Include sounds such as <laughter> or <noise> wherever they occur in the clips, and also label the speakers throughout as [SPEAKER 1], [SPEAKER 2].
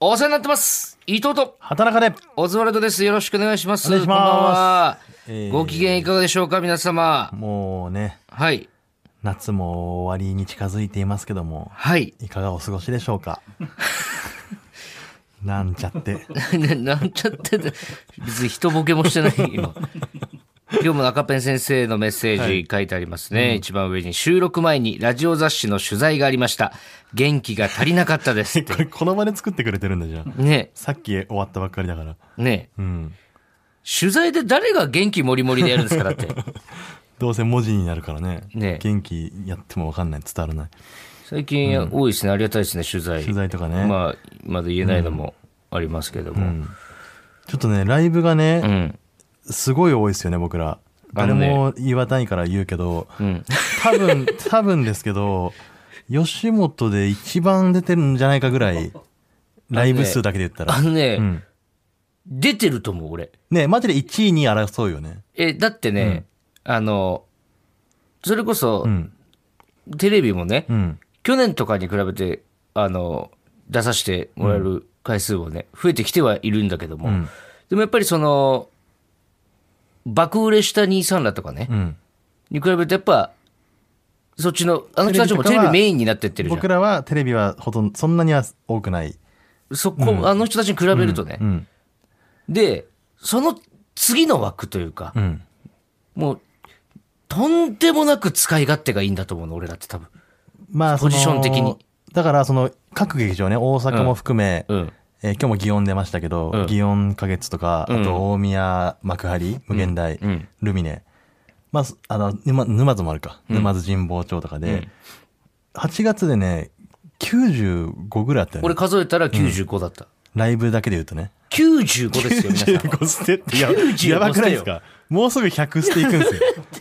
[SPEAKER 1] お世話になってます伊藤と
[SPEAKER 2] 働かれ
[SPEAKER 1] オズワルドですよろしくお願いします
[SPEAKER 2] お願いします
[SPEAKER 1] こんばんは、
[SPEAKER 2] えー
[SPEAKER 1] ご機嫌いかがでしょうか皆様
[SPEAKER 2] もうね
[SPEAKER 1] はい
[SPEAKER 2] 夏も終わりに近づいていますけども
[SPEAKER 1] はい <laughs>
[SPEAKER 2] いかがお過ごしでしょうか <laughs> なんちゃって
[SPEAKER 1] ねなんちゃってて別に人ボケもして
[SPEAKER 2] <laughs>
[SPEAKER 1] ない今今日も赤ペン先生のメッセージ書いてありますね、一番上に収録前にラジオ雑誌の取材がありました元気が足りなかったですって
[SPEAKER 2] <laughs> <laughs> これこの場で作ってくれてるんだじゃん
[SPEAKER 1] ね
[SPEAKER 2] さっき終わったばっかりだから
[SPEAKER 1] ね
[SPEAKER 2] うん
[SPEAKER 1] 取材で誰が元気もりもりでやるんですかだっ
[SPEAKER 2] <laughs>
[SPEAKER 1] て
[SPEAKER 2] どうせ文字になるからね
[SPEAKER 1] ね
[SPEAKER 2] 元気やっても分かんない伝わらない
[SPEAKER 1] 最近多いですね、ありがたいですね取材
[SPEAKER 2] 取材とかね、
[SPEAKER 1] まあまだ言えないのもありますけども、うん
[SPEAKER 2] ちょっとねライブがね、すごい多いですよね僕ら
[SPEAKER 1] あ
[SPEAKER 2] 誰
[SPEAKER 1] のね
[SPEAKER 2] も言わないから言うけど、
[SPEAKER 1] ん
[SPEAKER 2] 多
[SPEAKER 1] <laughs>
[SPEAKER 2] 分多分ですけど吉本で一番出てるんじゃないかぐらいライブ数だけで言ったら
[SPEAKER 1] あのね、
[SPEAKER 2] うん
[SPEAKER 1] 出てると思う俺
[SPEAKER 2] ねマジで1位に争うよね
[SPEAKER 1] えだってね、あのそれこそ、
[SPEAKER 2] うん
[SPEAKER 1] テレビもね、
[SPEAKER 2] うん
[SPEAKER 1] 去年とかに比べてあの出させてもらえる回数もね、増えてきてはいるんだけども、
[SPEAKER 2] ん
[SPEAKER 1] でもやっぱりその爆売れした23らとかね、
[SPEAKER 2] うん
[SPEAKER 1] に比べてやっぱそっちのあの人たちもテレビメインになってってるじゃん
[SPEAKER 2] 僕らはテレビはほとんどそんなには多くない、
[SPEAKER 1] そこ、あの人たちに比べるとね、
[SPEAKER 2] うん
[SPEAKER 1] でその次の枠というか、
[SPEAKER 2] うん、
[SPEAKER 1] もうとんでもなく使い勝手がいいんだと思うの俺らって多分
[SPEAKER 2] まあその
[SPEAKER 1] ポジション的に
[SPEAKER 2] だからその各劇場ね大阪も含め、
[SPEAKER 1] うん
[SPEAKER 2] えー今日も祇園出ましたけど、
[SPEAKER 1] うん
[SPEAKER 2] 祇園花月とか、
[SPEAKER 1] うん
[SPEAKER 2] あと大宮幕張、無限大、
[SPEAKER 1] うん
[SPEAKER 2] ルミネ、まあ、すあの沼沼津もあるか、沼津神保町とかで、8月でね95ぐらいあったよ
[SPEAKER 1] 俺
[SPEAKER 2] ね
[SPEAKER 1] 数えたら95だった、
[SPEAKER 2] ライブだけで言うとね
[SPEAKER 1] 95ですよ皆
[SPEAKER 2] <laughs>
[SPEAKER 1] さん
[SPEAKER 2] 95捨てってや
[SPEAKER 1] 95捨てよ
[SPEAKER 2] やばくないですかもうすぐ100捨ていくん
[SPEAKER 1] <laughs>
[SPEAKER 2] ですよ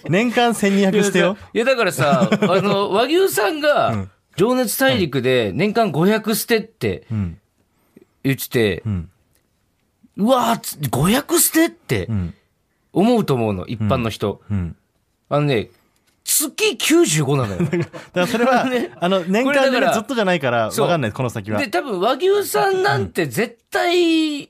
[SPEAKER 2] 年間1200捨てよ
[SPEAKER 1] いやだから
[SPEAKER 2] <laughs>
[SPEAKER 1] さあの和牛さんが「情熱大陸」で年間500捨てって
[SPEAKER 2] うん
[SPEAKER 1] 言ってて、
[SPEAKER 2] ん
[SPEAKER 1] うわーつ500捨てって
[SPEAKER 2] うん
[SPEAKER 1] 思うと思うの一般の人、
[SPEAKER 2] うん
[SPEAKER 1] あのね月95なのよ
[SPEAKER 2] だからそ
[SPEAKER 1] <laughs>
[SPEAKER 2] れは、あの年
[SPEAKER 1] これだ
[SPEAKER 2] 間
[SPEAKER 1] か
[SPEAKER 2] で
[SPEAKER 1] ら
[SPEAKER 2] ねずっとじゃないから分
[SPEAKER 1] そう
[SPEAKER 2] かんないこの先は
[SPEAKER 1] で、多分和牛さんなんて絶対、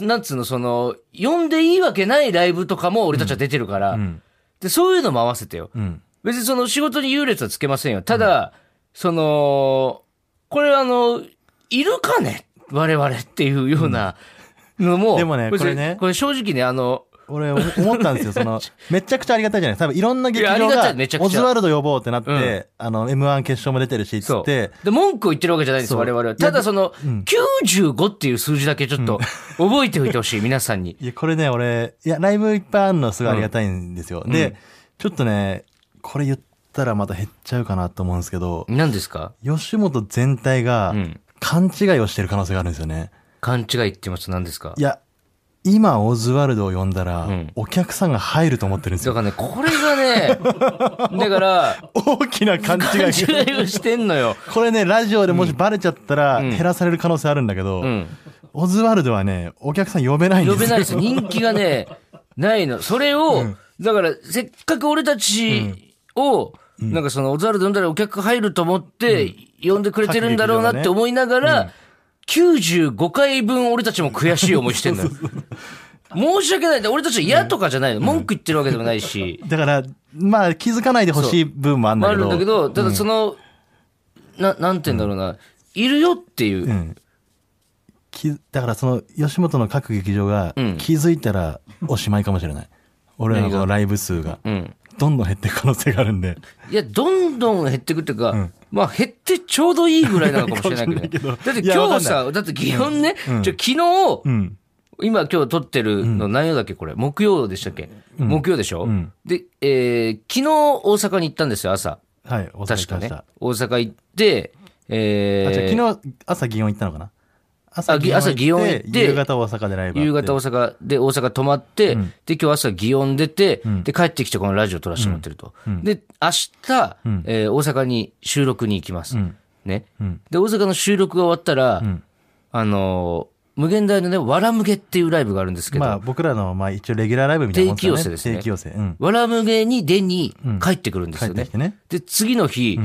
[SPEAKER 1] なんつうの、その、呼んでいいわけないライブとかも俺たちは出てるから、
[SPEAKER 2] ん
[SPEAKER 1] で、そういうのも合わせてよ。
[SPEAKER 2] うん
[SPEAKER 1] 別にその仕事に優劣はつけませんよ。ただ、その、これあの、いるかね我々っていうようなのも、
[SPEAKER 2] でもね
[SPEAKER 1] 別に
[SPEAKER 2] これね
[SPEAKER 1] これ正直ね、あの、
[SPEAKER 2] 俺思ったんですよ、その、めちゃくちゃありがたいじゃない多分いろんな劇
[SPEAKER 1] いや
[SPEAKER 2] 場
[SPEAKER 1] ありがたい
[SPEAKER 2] が
[SPEAKER 1] めちゃ、く
[SPEAKER 2] オ
[SPEAKER 1] ち
[SPEAKER 2] ズ
[SPEAKER 1] ゃ
[SPEAKER 2] ワルド呼ぼうってなっ
[SPEAKER 1] うん
[SPEAKER 2] て、あの、M1 決勝も出てるし、つ
[SPEAKER 1] そ
[SPEAKER 2] っ
[SPEAKER 1] う。
[SPEAKER 2] て
[SPEAKER 1] で、、文句を言ってるわけじゃないです、
[SPEAKER 2] そう
[SPEAKER 1] 我々は。
[SPEAKER 2] いや
[SPEAKER 1] ただその、
[SPEAKER 2] うん
[SPEAKER 1] 95っていう数字だけちょっと覚えておいてほしい、皆さんに。
[SPEAKER 2] いや、これね、俺、いや、ライブいっぱいあるのすごいありがたいんですよ。
[SPEAKER 1] うん
[SPEAKER 2] で、ちょっとね、これ言ったらまた減っちゃうかなと思うんですけど、
[SPEAKER 1] 何ですか
[SPEAKER 2] 吉本全体が
[SPEAKER 1] うん、
[SPEAKER 2] 勘違いをしてる可能性があるんですよね。
[SPEAKER 1] 勘違いって言いますと何ですか
[SPEAKER 2] いや、今、オズワルドを呼んだら、
[SPEAKER 1] うん
[SPEAKER 2] お客さんが入ると思ってるんです
[SPEAKER 1] だ
[SPEAKER 2] よ。
[SPEAKER 1] からね、これが <laughs> ね、だから、
[SPEAKER 2] 大きな勘
[SPEAKER 1] 勘
[SPEAKER 2] 違い。
[SPEAKER 1] 違いをしてんのよ。
[SPEAKER 2] これね、ラジオでもしバレちゃったら、
[SPEAKER 1] ん
[SPEAKER 2] 減らされる可能性あるんだけど、
[SPEAKER 1] うん。
[SPEAKER 2] オズワルドはね、お客さん呼べないんで
[SPEAKER 1] 呼
[SPEAKER 2] すよ。
[SPEAKER 1] べ <laughs> ないです。人気がね、ないの。それを、だから、せっかく俺たちを、なんかその、オズワルド呼んだらお客入ると思って、呼んでくれてるんだろうなって思いながら、95回分俺たちも悔しい思いしてん <laughs> のよ。申し訳ない。俺たちは嫌とかじゃないの。文句言ってるわけでもないし。
[SPEAKER 2] だから、まあ気づかないでほしい部分もあるん
[SPEAKER 1] まあ
[SPEAKER 2] だ
[SPEAKER 1] あるん
[SPEAKER 2] けど。
[SPEAKER 1] だけど、ただその、な、なんて言うんだろうな、いるよっていうう。
[SPEAKER 2] ん。きだからその、吉本の各劇場が
[SPEAKER 1] ん
[SPEAKER 2] 気づいたらおしまいかもしれない。俺らのこのライブ数が、
[SPEAKER 1] うん。
[SPEAKER 2] どんどん減っていく可能性があるんで。
[SPEAKER 1] いや、どんどん減ってくっていうか、まあ減ってちょうどいいぐらいなのかもしれないけど,、ね、
[SPEAKER 2] <laughs> かもしれないけ
[SPEAKER 1] だ
[SPEAKER 2] ど
[SPEAKER 1] って
[SPEAKER 2] いや
[SPEAKER 1] 今
[SPEAKER 2] わ
[SPEAKER 1] 日
[SPEAKER 2] かん
[SPEAKER 1] さ、だって祇園ね、
[SPEAKER 2] ん
[SPEAKER 1] ちょ昨日、
[SPEAKER 2] うん。
[SPEAKER 1] 今今日撮ってるの何曜だっけこれ、木曜でしたっけ、木曜でしょ、
[SPEAKER 2] ん
[SPEAKER 1] で、えー昨日大阪に行ったんですよ、朝。
[SPEAKER 2] はい、お
[SPEAKER 1] 確か
[SPEAKER 2] まし
[SPEAKER 1] ね
[SPEAKER 2] た。。
[SPEAKER 1] 大阪行って、えー
[SPEAKER 2] あ、じゃあ昨日、朝祇園行ったのかな朝
[SPEAKER 1] あぎ朝祇園行って
[SPEAKER 2] 夕方大阪でライブあって。
[SPEAKER 1] 夕方大阪で大阪泊まって、で今日朝祇園出て、で帰ってきてこのラジオ撮らせてもらってると、で明日、えー大阪に収録に行きます、ね、で大阪の収録が終わったら、あのー無限大のね「わらむげ」っていうライブがあるんですけど、
[SPEAKER 2] まあ僕らの、まあ一応レギュラーライブみたいなもん
[SPEAKER 1] 定期寄せですね
[SPEAKER 2] 定期寄せ。うん。
[SPEAKER 1] わらむげに出に帰ってくるんです
[SPEAKER 2] 帰っ
[SPEAKER 1] よ
[SPEAKER 2] て
[SPEAKER 1] ね
[SPEAKER 2] きてね。
[SPEAKER 1] で次の日、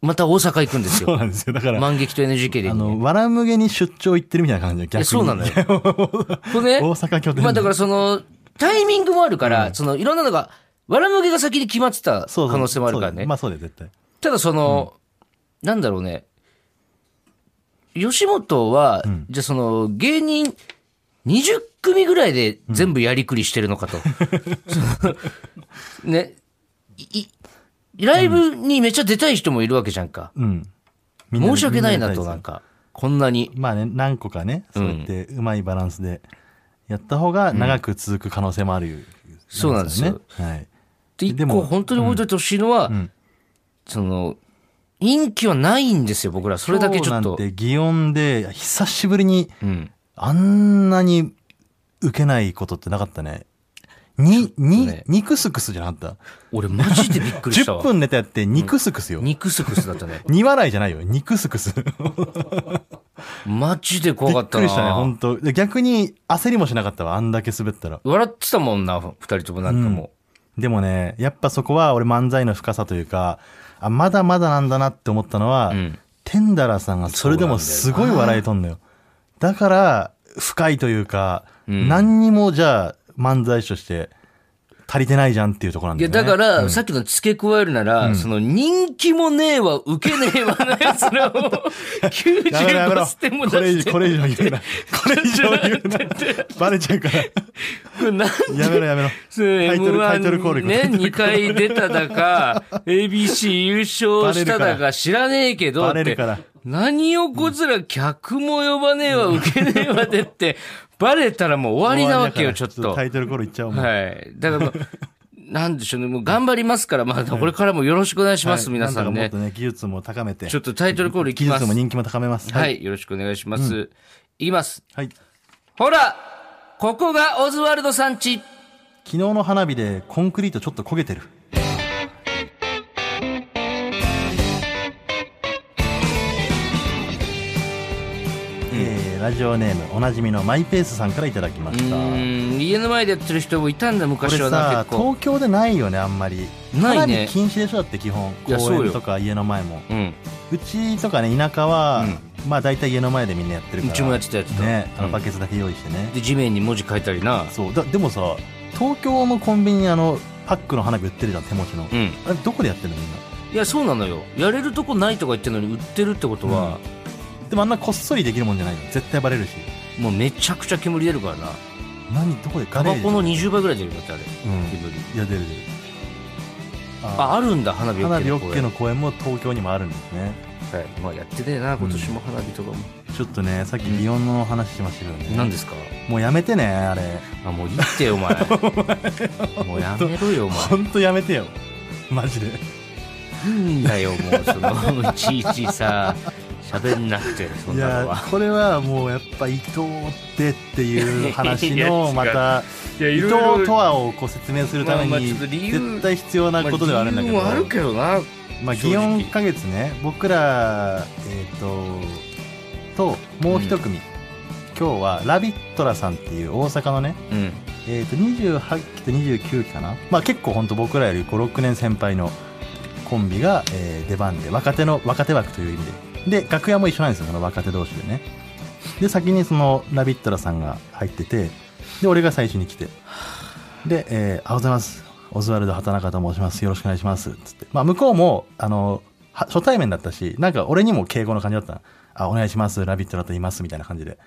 [SPEAKER 1] また大阪行くんです
[SPEAKER 2] そう
[SPEAKER 1] よ。
[SPEAKER 2] なんですよ。だから、
[SPEAKER 1] 万劇と NGK で。
[SPEAKER 2] あの、わらむげに出張行ってるみたいな感じで、逆
[SPEAKER 1] え
[SPEAKER 2] に。
[SPEAKER 1] そうなのよ。
[SPEAKER 2] <laughs>
[SPEAKER 1] これね、
[SPEAKER 2] 大阪拠点で
[SPEAKER 1] まあだからその、タイミングもあるから、その、いろんなのが、わらむげが先に決まってた
[SPEAKER 2] そうそう
[SPEAKER 1] 可能性もあるからね
[SPEAKER 2] そう。まあそうだよ、絶対。
[SPEAKER 1] ただその、なんだろうね。吉本は、じゃあその、芸人、20組ぐらいで全部やりくりしてるのかと。そのね、い、いライブにめっちゃ出たい人もいるわけじゃんか。
[SPEAKER 2] うん。みん
[SPEAKER 1] 申し訳ないな
[SPEAKER 2] み
[SPEAKER 1] と、
[SPEAKER 2] ん
[SPEAKER 1] な
[SPEAKER 2] やりた
[SPEAKER 1] んか、こんなに
[SPEAKER 2] です。まあね、何個かね、そうやって、うまいバランスで、やった方が長く続く可能性もある、
[SPEAKER 1] そうなんですよ
[SPEAKER 2] ね。はい。
[SPEAKER 1] で、一
[SPEAKER 2] でも
[SPEAKER 1] 個本当に覚えておいてほしいのは、その、陰気はないんですよ、僕ら。それだけちょっ
[SPEAKER 2] 今
[SPEAKER 1] と
[SPEAKER 2] 日。なんて、祇園で、久しぶりに、
[SPEAKER 1] うん。
[SPEAKER 2] あんなに受けないことってなかったね。に、に、にクスクスじゃなかっ。
[SPEAKER 1] 俺、マジでびったくりした
[SPEAKER 2] <laughs> 10
[SPEAKER 1] わ。
[SPEAKER 2] 分ネタやって、にクスクスよ。
[SPEAKER 1] 肉すくすだったね。
[SPEAKER 2] に笑いじゃないよ。にクスクス。びっ
[SPEAKER 1] マジで怖かった
[SPEAKER 2] く
[SPEAKER 1] な。
[SPEAKER 2] りしたね、本当で逆に焦りもしなかったわ。あんだけ滑ったら。
[SPEAKER 1] 笑ってたもんな、二人ともなんかも
[SPEAKER 2] でもね、やっぱそこは俺漫才の深さというか、あ、まだまだなんだなって思ったのは、
[SPEAKER 1] ん
[SPEAKER 2] テンダラーさんがそれでもすごい笑いとんのよ。だから、深いというか、何にもじゃあ漫才師として足りてないじゃんっていうところなん
[SPEAKER 1] う。
[SPEAKER 2] だ
[SPEAKER 1] いや、
[SPEAKER 2] よね。
[SPEAKER 1] だから、さっきの付け加えるなら、その、人気もねえわ、受けねえわのやつら
[SPEAKER 2] <laughs>
[SPEAKER 1] を、
[SPEAKER 2] やめろやめろ
[SPEAKER 1] 95ステも
[SPEAKER 2] これ
[SPEAKER 1] 出
[SPEAKER 2] 以
[SPEAKER 1] して
[SPEAKER 2] 上、これ以上言うな。これ以上言うな。バレちゃうから。
[SPEAKER 1] これなん <laughs>
[SPEAKER 2] やめろやめろ。タイトル、タイトルコール行く
[SPEAKER 1] ね、2回出ただ
[SPEAKER 2] <laughs>
[SPEAKER 1] か、ABC 優勝しただか知らねえけど、
[SPEAKER 2] バレるから
[SPEAKER 1] って何をこつら客も呼ばねえわ、受けねえわで
[SPEAKER 2] <laughs>
[SPEAKER 1] って、バレたらもう終わりなわけよ、ちょっと。
[SPEAKER 2] タイトルコールいっちゃおう。もう
[SPEAKER 1] はい。だからもう、なんでしょうね。もう頑張りますから、まあ、これからもよろしくお願いします、
[SPEAKER 2] はい
[SPEAKER 1] 皆さん
[SPEAKER 2] な
[SPEAKER 1] ね
[SPEAKER 2] とか。もっとね、技術も高めて。
[SPEAKER 1] ちょっとタイトルコールいき
[SPEAKER 2] 技
[SPEAKER 1] ま
[SPEAKER 2] 術
[SPEAKER 1] す。
[SPEAKER 2] も人気も高めます。
[SPEAKER 1] は。い。よろしくお願いします。いきます。
[SPEAKER 2] はい。
[SPEAKER 1] ほらここがオズワルドさんち
[SPEAKER 2] 昨日の花火でコンクリートちょっと焦げてる。えーラジオネームおなじみのマイペースさんからいただきま
[SPEAKER 1] う
[SPEAKER 2] した
[SPEAKER 1] ーん、家の前でやってる人もいたんだ、
[SPEAKER 2] これ
[SPEAKER 1] 昔はな、
[SPEAKER 2] さ
[SPEAKER 1] 結構。
[SPEAKER 2] 東京でないよねあんまり
[SPEAKER 1] ないね
[SPEAKER 2] 花火禁止でしょだって基本
[SPEAKER 1] いやそうよ
[SPEAKER 2] 公園とか家の前も
[SPEAKER 1] うん。
[SPEAKER 2] うちとかね田舎は、まあ大体家の前でみんなやってる
[SPEAKER 1] う
[SPEAKER 2] から
[SPEAKER 1] ちもやってたやつだ。
[SPEAKER 2] ねあ
[SPEAKER 1] う
[SPEAKER 2] の
[SPEAKER 1] ん
[SPEAKER 2] バケツだけ用意してね、
[SPEAKER 1] で、地面に文字書いたりな。
[SPEAKER 2] そうだでもさ東京のコンビニにあのパックの花火売ってるじゃん手持ちの、
[SPEAKER 1] うん。
[SPEAKER 2] あれどこでやってるのみんない
[SPEAKER 1] や、そうなのよ。やれるとこないとか言ってるのに売ってるってことは、
[SPEAKER 2] でもあんなこっそりできるもんじゃないじゃん絶対バレるし
[SPEAKER 1] もうめちゃくちゃ煙出るからな。
[SPEAKER 2] 何どこで
[SPEAKER 1] タ
[SPEAKER 2] ガレー
[SPEAKER 1] バ
[SPEAKER 2] ジ
[SPEAKER 1] コの
[SPEAKER 2] うん、い
[SPEAKER 1] 20倍ぐらい出るよだってあれ。煙。
[SPEAKER 2] や出る出る
[SPEAKER 1] あ、
[SPEAKER 2] あ
[SPEAKER 1] あるんだ、花火
[SPEAKER 2] 花火
[SPEAKER 1] OK の公
[SPEAKER 2] OK の公園も東京にもあるんですね
[SPEAKER 1] 園はい。まあやってねえな、今年も花火とかも。
[SPEAKER 2] ちょっとねさっき祇園の話しましたけどね、
[SPEAKER 1] 何ですか
[SPEAKER 2] もうやめてねあれ
[SPEAKER 1] あ、もういいって <laughs> よ、お前。もうやめろよ、お前。
[SPEAKER 2] ほんとやめてよマジで
[SPEAKER 1] いいんだよ、もう、その、いちいちさ、喋んなくて、そん
[SPEAKER 2] い
[SPEAKER 1] なの
[SPEAKER 2] や
[SPEAKER 1] は。
[SPEAKER 2] これはもうやっぱ伊藤ってっていう
[SPEAKER 1] <laughs>
[SPEAKER 2] 話のまた
[SPEAKER 1] いや
[SPEAKER 2] 伊藤とはをこう説明するた
[SPEAKER 1] ま
[SPEAKER 2] め
[SPEAKER 1] あまあ
[SPEAKER 2] に
[SPEAKER 1] ちょっと理由
[SPEAKER 2] 絶対必要なことではあるんだけど、
[SPEAKER 1] あるけどな。
[SPEAKER 2] まあ、
[SPEAKER 1] 正
[SPEAKER 2] 祇
[SPEAKER 1] 直
[SPEAKER 2] 園花月ね僕らえっ、とともう一組、今日はラビットラさんっていう大阪のね、
[SPEAKER 1] うん。
[SPEAKER 2] えー、と28期と29期かな、まあ、結構本当僕らより56年先輩のコンビが、えー出番で若手の若手枠という意味でで楽屋も一緒なんですよこの若手同士でねで先にそのラビットラさんが入っててで俺が最初に来てで「えー、あおはようございますオズワルド畑中と申しますよろしくお願いします」っつって、まあ、向こうもあのは初対面だったしなんか俺にも敬語の感じだったのあお願いしますラビットラと言います」みたいな感じで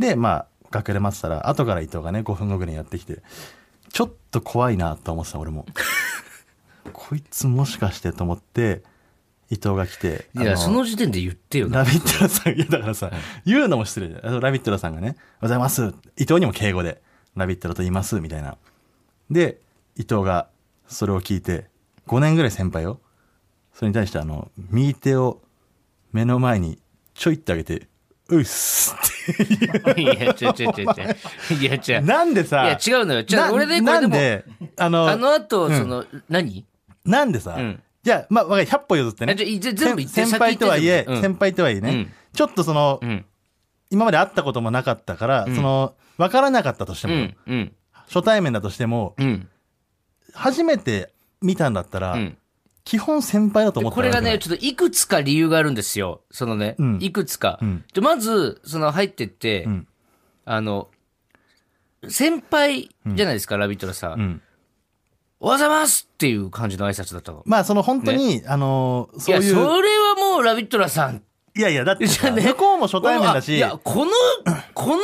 [SPEAKER 2] で、まあ、楽屋で待ってたら、後から伊藤がね、5分後ぐらいにやってきて、ちょっと怖いなと思ってた、
[SPEAKER 1] <laughs>
[SPEAKER 2] 俺も。こいつもしかしてと思って、伊藤が来て、
[SPEAKER 1] い
[SPEAKER 2] あ
[SPEAKER 1] や、その時点で言ってよな。
[SPEAKER 2] ラビットラさん、いや、だからさ、言うのも失礼じゃんあのラビットラさんがね、おはようございます。伊藤にも敬語で、ラビットラと言います、みたいな。で、伊藤が、それを聞いて、5年ぐらい先輩よ。それに対して、あの、右手を目の前にちょいってあげて、うっすっ
[SPEAKER 1] <laughs>
[SPEAKER 2] て
[SPEAKER 1] いや、ちょちょちょちょ。いや、違う。
[SPEAKER 2] なんで
[SPEAKER 1] い
[SPEAKER 2] さ
[SPEAKER 1] や、、違うのよ。違
[SPEAKER 2] な
[SPEAKER 1] う、俺ね、これ
[SPEAKER 2] な
[SPEAKER 1] で
[SPEAKER 2] ん
[SPEAKER 1] も、
[SPEAKER 2] で、あの、
[SPEAKER 1] あの後、その、何
[SPEAKER 2] なんでさ、
[SPEAKER 1] うん
[SPEAKER 2] いや、まあ、わかる100歩譲って
[SPEAKER 1] あ
[SPEAKER 2] ね。
[SPEAKER 1] じゃあじゃあ全部言って
[SPEAKER 2] 先先輩とはいえ、
[SPEAKER 1] 先言って
[SPEAKER 2] 先輩とはいえね、
[SPEAKER 1] うん
[SPEAKER 2] ちょっとその、
[SPEAKER 1] うん。
[SPEAKER 2] 今まで会ったこともなかったから、
[SPEAKER 1] うん
[SPEAKER 2] その、わからなかったとして
[SPEAKER 1] う
[SPEAKER 2] も、
[SPEAKER 1] ん。うん。
[SPEAKER 2] 初対面だとしても、
[SPEAKER 1] うん。
[SPEAKER 2] 初めて見たんだったら、
[SPEAKER 1] うん。
[SPEAKER 2] 基本先輩だと思って
[SPEAKER 1] これが
[SPEAKER 2] たわ
[SPEAKER 1] ね、
[SPEAKER 2] け
[SPEAKER 1] ちょっといくつか理由があるんですよ。そのね、
[SPEAKER 2] うん
[SPEAKER 1] いくつか。
[SPEAKER 2] うん
[SPEAKER 1] でまず、その入ってって、
[SPEAKER 2] ん
[SPEAKER 1] あの、先輩じゃないですか、ラビットラさん。
[SPEAKER 2] だうん、
[SPEAKER 1] おはようございますっていう感じの挨拶だったの。
[SPEAKER 2] まあその本当に、あのー
[SPEAKER 1] い
[SPEAKER 2] そう
[SPEAKER 1] や、
[SPEAKER 2] い
[SPEAKER 1] そうれ
[SPEAKER 2] いや
[SPEAKER 1] はもうラビットラさん。
[SPEAKER 2] いやだって
[SPEAKER 1] じゃ
[SPEAKER 2] さ
[SPEAKER 1] あね
[SPEAKER 2] 向こうも初対面だし
[SPEAKER 1] いや、こ
[SPEAKER 2] <clears throat>
[SPEAKER 1] の、この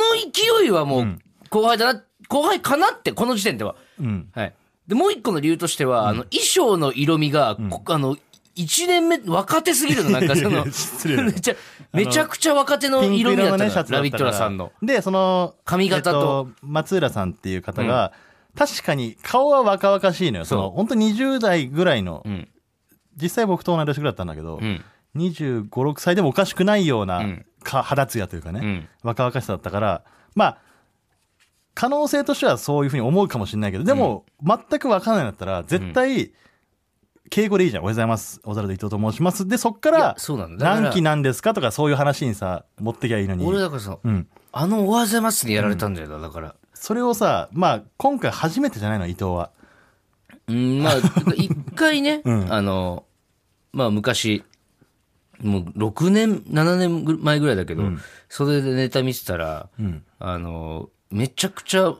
[SPEAKER 1] 勢いはもう、後輩だな、後輩かなって、この時点では。
[SPEAKER 2] うん、
[SPEAKER 1] はい。で、もう一個の理由としては、あの、衣装の色味が、こあの、一年目、若手すぎるの、なんかそ
[SPEAKER 2] <laughs> いや
[SPEAKER 1] の
[SPEAKER 2] いや、失礼だよ
[SPEAKER 1] めちゃ、 <laughs> めちゃくちゃ若手の
[SPEAKER 2] ピンク
[SPEAKER 1] 色
[SPEAKER 2] 色
[SPEAKER 1] 味だっ
[SPEAKER 2] の
[SPEAKER 1] た
[SPEAKER 2] ね
[SPEAKER 1] の
[SPEAKER 2] シャツだ
[SPEAKER 1] ラ
[SPEAKER 2] ったから
[SPEAKER 1] ビットラさんの。
[SPEAKER 2] でその
[SPEAKER 1] 髪型と
[SPEAKER 2] えっ松浦さんっていう方が、確かに顔は若々しいのよその本当に20代ぐらいの、
[SPEAKER 1] ん
[SPEAKER 2] 実際僕と同い年ぐらいだったんだけど、
[SPEAKER 1] うん。
[SPEAKER 2] 2 5 6歳でもおかしくないような、
[SPEAKER 1] うん
[SPEAKER 2] か肌ツヤというかね、
[SPEAKER 1] うん
[SPEAKER 2] 若々しさだったからまあ可能性としてはそういうふうに思うかもしれないけどでも、全く分からないんだったら絶対、敬語でいいじゃん。おはようございます。小猿で伊藤と申します。で、そっか
[SPEAKER 1] い
[SPEAKER 2] ら
[SPEAKER 1] や、そうなんだだから
[SPEAKER 2] 何期なんですかとか、そういう話にさ、持ってきゃいいのに。
[SPEAKER 1] 俺だからさ、
[SPEAKER 2] うん。
[SPEAKER 1] あの、おはようございますにやられたんだよな、だから。
[SPEAKER 2] それをさ、まあ、今回初めてじゃないの、伊藤は。
[SPEAKER 1] うん、まあ、一回 <laughs> ね、
[SPEAKER 2] ん
[SPEAKER 1] あの、まあ昔、もう6年、7年ぐ前ぐらいだけど、それでネタ見てたら、あの、めちゃくちゃ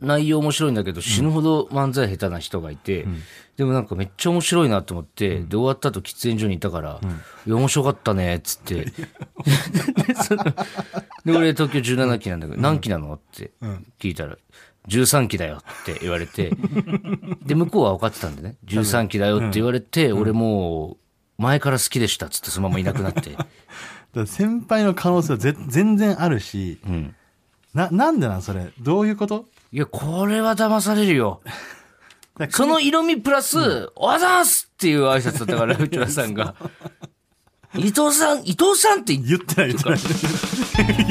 [SPEAKER 1] 内容面白いんだけど、死ぬほど漫才下手な人がいて、でもなんかめっちゃ面白いなと思って、で終わった後喫煙所にいたから、いや、面白かったね、っつ <laughs> って。でそので、俺東京17期なんだけど、何期なのって聞いたら、13期だよって言われて、で、向こうは分かってたんでね、13期だよって言われて、俺もう、前から好きでしたっつってそのままいなくな
[SPEAKER 2] <laughs>
[SPEAKER 1] って。
[SPEAKER 2] だから先輩の可能性はぜ全然あるし、
[SPEAKER 1] ん
[SPEAKER 2] な、なんでなんそれ。どういうこと
[SPEAKER 1] いや、これは騙されるよ。
[SPEAKER 2] だから
[SPEAKER 1] その色味プラス、おはようございますっていう挨拶だった
[SPEAKER 2] <laughs>
[SPEAKER 1] から、内田さんが。伊藤さん、伊藤さんって言っ
[SPEAKER 2] 言ってない、言ってない。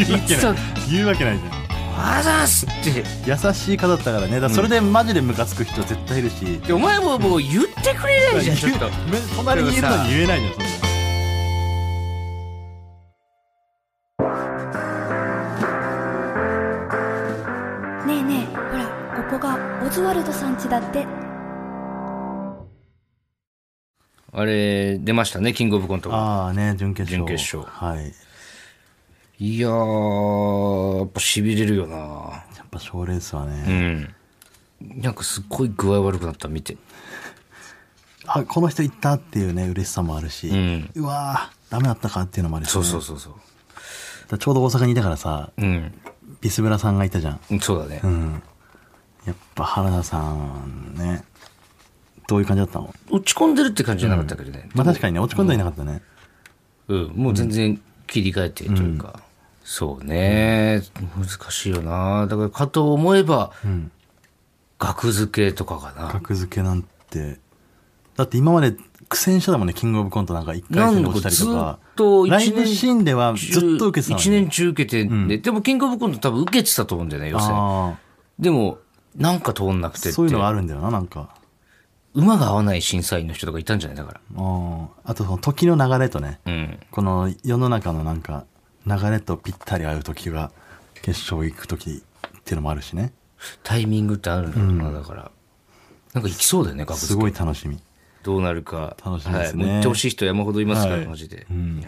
[SPEAKER 2] 言うわけない。言うわけないじゃん。
[SPEAKER 1] おはようございますって。
[SPEAKER 2] 優しい方だったからね。だからそれでマジでムカつく人絶対いるし。
[SPEAKER 1] でお前ももう言ってくれないじゃん、ちょっと。
[SPEAKER 2] 言う隣にいるのに言えないじゃん、そんな。
[SPEAKER 3] ねえねえほらここがオズワルドさん家だって
[SPEAKER 1] あれ、出ましたね、キングオブコントが。
[SPEAKER 2] ああね、準決勝。
[SPEAKER 1] 準決勝
[SPEAKER 2] はい。
[SPEAKER 1] いやー、やっぱ痺れるよな
[SPEAKER 2] やっぱ賞レースはね。
[SPEAKER 1] うん。なんかすっごい具合悪くなった、見て。
[SPEAKER 2] あ、この人行ったっていうね、嬉しさもあるし。うんわーダメだったかっていうのもあるし、ね。
[SPEAKER 1] そうそうそうそう。
[SPEAKER 2] だからちょうど大阪にいたからさ、
[SPEAKER 1] うん。
[SPEAKER 2] ビスブラさんがいたじゃん。
[SPEAKER 1] そうだね。
[SPEAKER 2] うん。やっぱ原田さんね、どういう感じだったの
[SPEAKER 1] 落ち込んでるって感じじゃなかったけどね。
[SPEAKER 2] まあ確かにね、落ち込んではいなかったね。
[SPEAKER 1] うん、もう全然切り替えてというか、そうね、難しいよな。だからかと思えば、額付けとかかな。
[SPEAKER 2] 格付けなんて。だって今まで苦戦しただもんね、キングオブコントなんか一回戦落ちたりと
[SPEAKER 1] なんか
[SPEAKER 2] か
[SPEAKER 1] ずっ。と一
[SPEAKER 2] ライ
[SPEAKER 1] 年
[SPEAKER 2] ブシーンではずっと受けてたのに
[SPEAKER 1] 1年中受けて、で、でもキングオブコント多分受けてたと思うんだよね、予選。
[SPEAKER 2] あ
[SPEAKER 1] でも、なんか通んなくて
[SPEAKER 2] あ、
[SPEAKER 1] って。
[SPEAKER 2] そういうのがあるんだよな、なんか。
[SPEAKER 1] 馬が合わない審査員の人とかいたんじゃないだから。
[SPEAKER 2] ああとその時の流れとね、
[SPEAKER 1] うん。
[SPEAKER 2] この世の中のなんか流れとぴったり合う時が決勝行く時っていうのもあるしね
[SPEAKER 1] タイミングってあるんだろうな、だから。なんかいきそうだよね、額付け。
[SPEAKER 2] すごい楽しみ
[SPEAKER 1] どうなるか。
[SPEAKER 2] 楽しみですね
[SPEAKER 1] はい、もう行ってほしい人山ほどいますから、
[SPEAKER 2] はい
[SPEAKER 1] マジで、
[SPEAKER 2] うん
[SPEAKER 1] はい。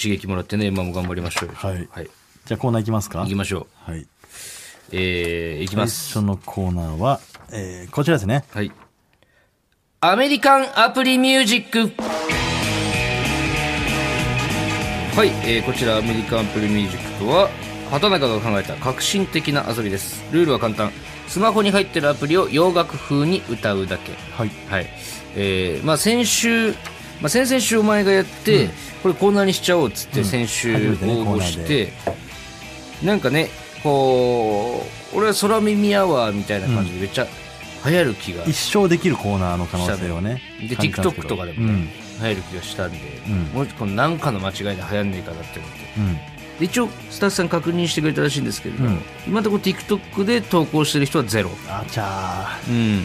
[SPEAKER 1] 刺激もらってね、今も頑張りましょうよ。
[SPEAKER 2] はい
[SPEAKER 1] はい。
[SPEAKER 2] じゃあコーナー行きますか
[SPEAKER 1] 行きましょう。
[SPEAKER 2] はい
[SPEAKER 1] えー、行き
[SPEAKER 2] 最
[SPEAKER 1] ます。
[SPEAKER 2] 初のコーナーは、えーこちらですね
[SPEAKER 1] はい。アメリカンアプリミュージック。はい、えーこちらアメリカンアプリミュージックとは、畑中が考えた革新的な遊びです。ルールは簡単。スマホに入ってるアプリを洋楽風に歌うだけ。
[SPEAKER 2] はい
[SPEAKER 1] はい。えーまあ先週、まあ先々週お前がやって、これコーナーにしちゃおうっつって先週応
[SPEAKER 2] 初めてねコー
[SPEAKER 1] 募
[SPEAKER 2] ナ
[SPEAKER 1] し
[SPEAKER 2] ー
[SPEAKER 1] て、
[SPEAKER 2] で
[SPEAKER 1] なんかね、こう、俺は空耳アワーみたいな感じでめっちゃ流行る気が。
[SPEAKER 2] 一生できるコーナーの可能性をね
[SPEAKER 1] で、
[SPEAKER 2] 感じたんすけ
[SPEAKER 1] TikTok
[SPEAKER 2] ど
[SPEAKER 1] とかでもね、流行る気がしたんで、
[SPEAKER 2] うん
[SPEAKER 1] もうこの何かの間違いで流行んねえかなって思って。
[SPEAKER 2] うん、うん
[SPEAKER 1] で一応、スタッフさん確認してくれたらしいんですけれども、
[SPEAKER 2] うん
[SPEAKER 1] 今のところ TikTok で投稿してる人はゼロ。
[SPEAKER 2] あちゃ
[SPEAKER 1] うん。
[SPEAKER 2] ー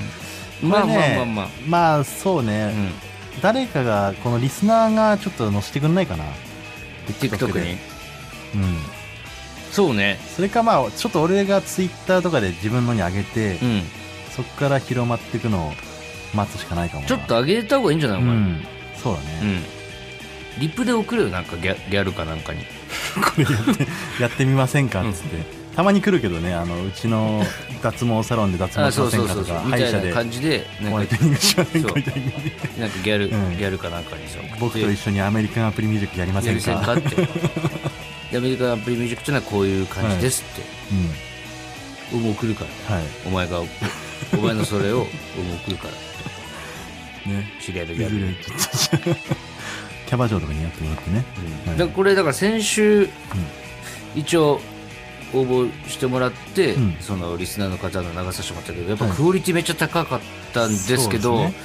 [SPEAKER 1] まあ
[SPEAKER 2] これ
[SPEAKER 1] まあ
[SPEAKER 2] ね
[SPEAKER 1] まあまあ。
[SPEAKER 2] まあそう
[SPEAKER 1] う
[SPEAKER 2] ね、
[SPEAKER 1] ん
[SPEAKER 2] 誰かがこのリスナーがちょっと載せてくんないかな
[SPEAKER 1] TikTok
[SPEAKER 2] で
[SPEAKER 1] に。
[SPEAKER 2] うん
[SPEAKER 1] そうね。
[SPEAKER 2] それかまあちょっと俺がツイッターとかで自分のに上げて、
[SPEAKER 1] うん。
[SPEAKER 2] そこから広まっていくのを待つしかないかもな
[SPEAKER 1] ちょっと上げた方がいいんじゃないお
[SPEAKER 2] う
[SPEAKER 1] 前。うん。
[SPEAKER 2] んそうだね、
[SPEAKER 1] リップで送るよ、なんかギャギャルかなんかに。
[SPEAKER 2] これやって <laughs> やってみませんかっつって、たまに来るけどねあのうちの脱毛サロンで脱毛
[SPEAKER 1] あ、
[SPEAKER 2] し
[SPEAKER 1] そ
[SPEAKER 2] ま
[SPEAKER 1] う
[SPEAKER 2] せ
[SPEAKER 1] そ
[SPEAKER 2] ん
[SPEAKER 1] う
[SPEAKER 2] か
[SPEAKER 1] そ
[SPEAKER 2] と
[SPEAKER 1] うそう
[SPEAKER 2] か。
[SPEAKER 1] み
[SPEAKER 2] 歯医
[SPEAKER 1] た
[SPEAKER 2] 者
[SPEAKER 1] い
[SPEAKER 2] で
[SPEAKER 1] な
[SPEAKER 2] モ
[SPEAKER 1] 感じで、な
[SPEAKER 2] ニ
[SPEAKER 1] ん
[SPEAKER 2] タ
[SPEAKER 1] か、
[SPEAKER 2] リングしませんか
[SPEAKER 1] そう
[SPEAKER 2] みたいに
[SPEAKER 1] なんかギャル、
[SPEAKER 2] うん
[SPEAKER 1] ギャルかなんかにさ、
[SPEAKER 2] 僕と一緒にアメリカンアプリミュージックやりませ
[SPEAKER 1] や
[SPEAKER 2] ん
[SPEAKER 1] りせん
[SPEAKER 2] か <laughs>
[SPEAKER 1] かって。でアメリカンアプリミュージックってのはこういう感じですって。
[SPEAKER 2] うん
[SPEAKER 1] もう送るから。
[SPEAKER 2] はい
[SPEAKER 1] お前が、お前のそれを、もう送るから。
[SPEAKER 2] ね
[SPEAKER 1] 知り合いの
[SPEAKER 2] い
[SPEAKER 1] ギャ
[SPEAKER 2] ず
[SPEAKER 1] ル
[SPEAKER 2] れ。ちょっと <laughs> キャバ嬢とかにやってもらってね、
[SPEAKER 1] うん
[SPEAKER 2] はい
[SPEAKER 1] だからこれだから先週、一応応募してもらって、
[SPEAKER 2] うん
[SPEAKER 1] そのリスナーの方の流させてもらったけどやっぱ
[SPEAKER 2] はい
[SPEAKER 1] クオリティめっちゃ高かったんですけど、
[SPEAKER 2] そうですね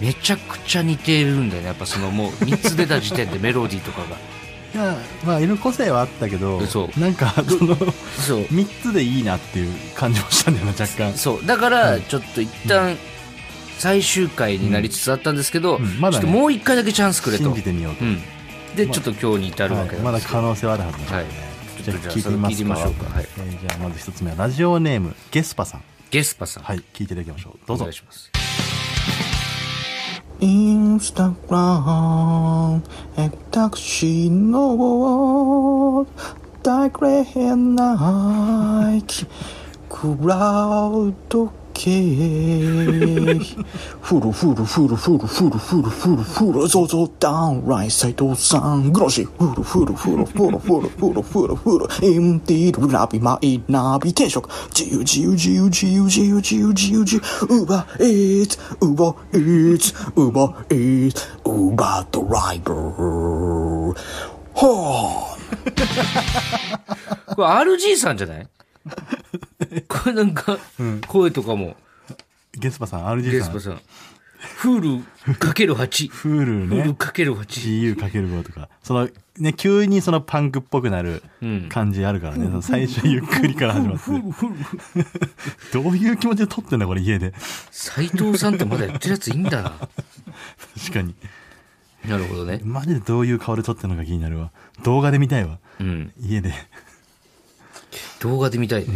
[SPEAKER 1] めちゃくちゃ似てるんだよねやっぱそのもう3つ出た時
[SPEAKER 2] <laughs>
[SPEAKER 1] 点でメロディーとかが
[SPEAKER 2] いやまあいる個性はあったけど
[SPEAKER 1] そ
[SPEAKER 2] なんかその
[SPEAKER 1] そう
[SPEAKER 2] 3つでいいなっていう感じもしたんだよな若干
[SPEAKER 1] そうだからちょっと一旦最終回になりつつあったんですけど、
[SPEAKER 2] うんまだね
[SPEAKER 1] ちょっともう一回だけチャンスくれと、
[SPEAKER 2] 信じてみよう
[SPEAKER 1] う
[SPEAKER 2] と、
[SPEAKER 1] ん、で、
[SPEAKER 2] まあ
[SPEAKER 1] ちょっと今日に至るわけ
[SPEAKER 2] はい
[SPEAKER 1] な
[SPEAKER 2] ま
[SPEAKER 1] んで
[SPEAKER 2] だ
[SPEAKER 1] す
[SPEAKER 2] 可能性はあるはずなんで、
[SPEAKER 1] はい
[SPEAKER 2] じゃあ
[SPEAKER 1] ちょっとじゃあ
[SPEAKER 2] 聞いてみま
[SPEAKER 1] それ聞
[SPEAKER 2] すか
[SPEAKER 1] いてみましょうかはい
[SPEAKER 2] えーじゃあまず一つ目はラジオネームゲスパさん
[SPEAKER 1] ゲスパさん、
[SPEAKER 2] はい聞いていただきましょうどう
[SPEAKER 1] お
[SPEAKER 2] ぞ
[SPEAKER 1] 願いします
[SPEAKER 4] Instagram 私の大変なクラウド系フルフルフルフルフルフルフルフルゾゾダウンライ斎藤さんグロシフルフルフルフルフルフルフルフルインディールラビマイナビ定食自由自由自由自由自由自由自由自由ウーバーイーツウーバーイーツウーバーイーツウーバードライバーはあ
[SPEAKER 1] これ RG さんじゃ <laughs> ないこれなんか、声とかも、
[SPEAKER 2] ゲスパさん RG
[SPEAKER 1] ゲ
[SPEAKER 2] さ
[SPEAKER 1] ス
[SPEAKER 2] ん
[SPEAKER 1] パさん。フールかける8。フ
[SPEAKER 2] フール
[SPEAKER 1] ール
[SPEAKER 2] ね
[SPEAKER 1] かける8。
[SPEAKER 2] GU×5 とかそのね急にそのパンクっぽくなる感じあるからね、その最初ゆっくりから始まって
[SPEAKER 1] <laughs>
[SPEAKER 2] どういう気持ちで撮ってんだこれ家で
[SPEAKER 1] 斎藤さんってまだやってるやついいんだな。
[SPEAKER 2] 確かに
[SPEAKER 1] なるほどね。
[SPEAKER 2] マジでどういう顔で撮ってるのか気になるわ動画で見たいわ
[SPEAKER 1] うん。
[SPEAKER 2] 家で
[SPEAKER 1] 動画で見たいね。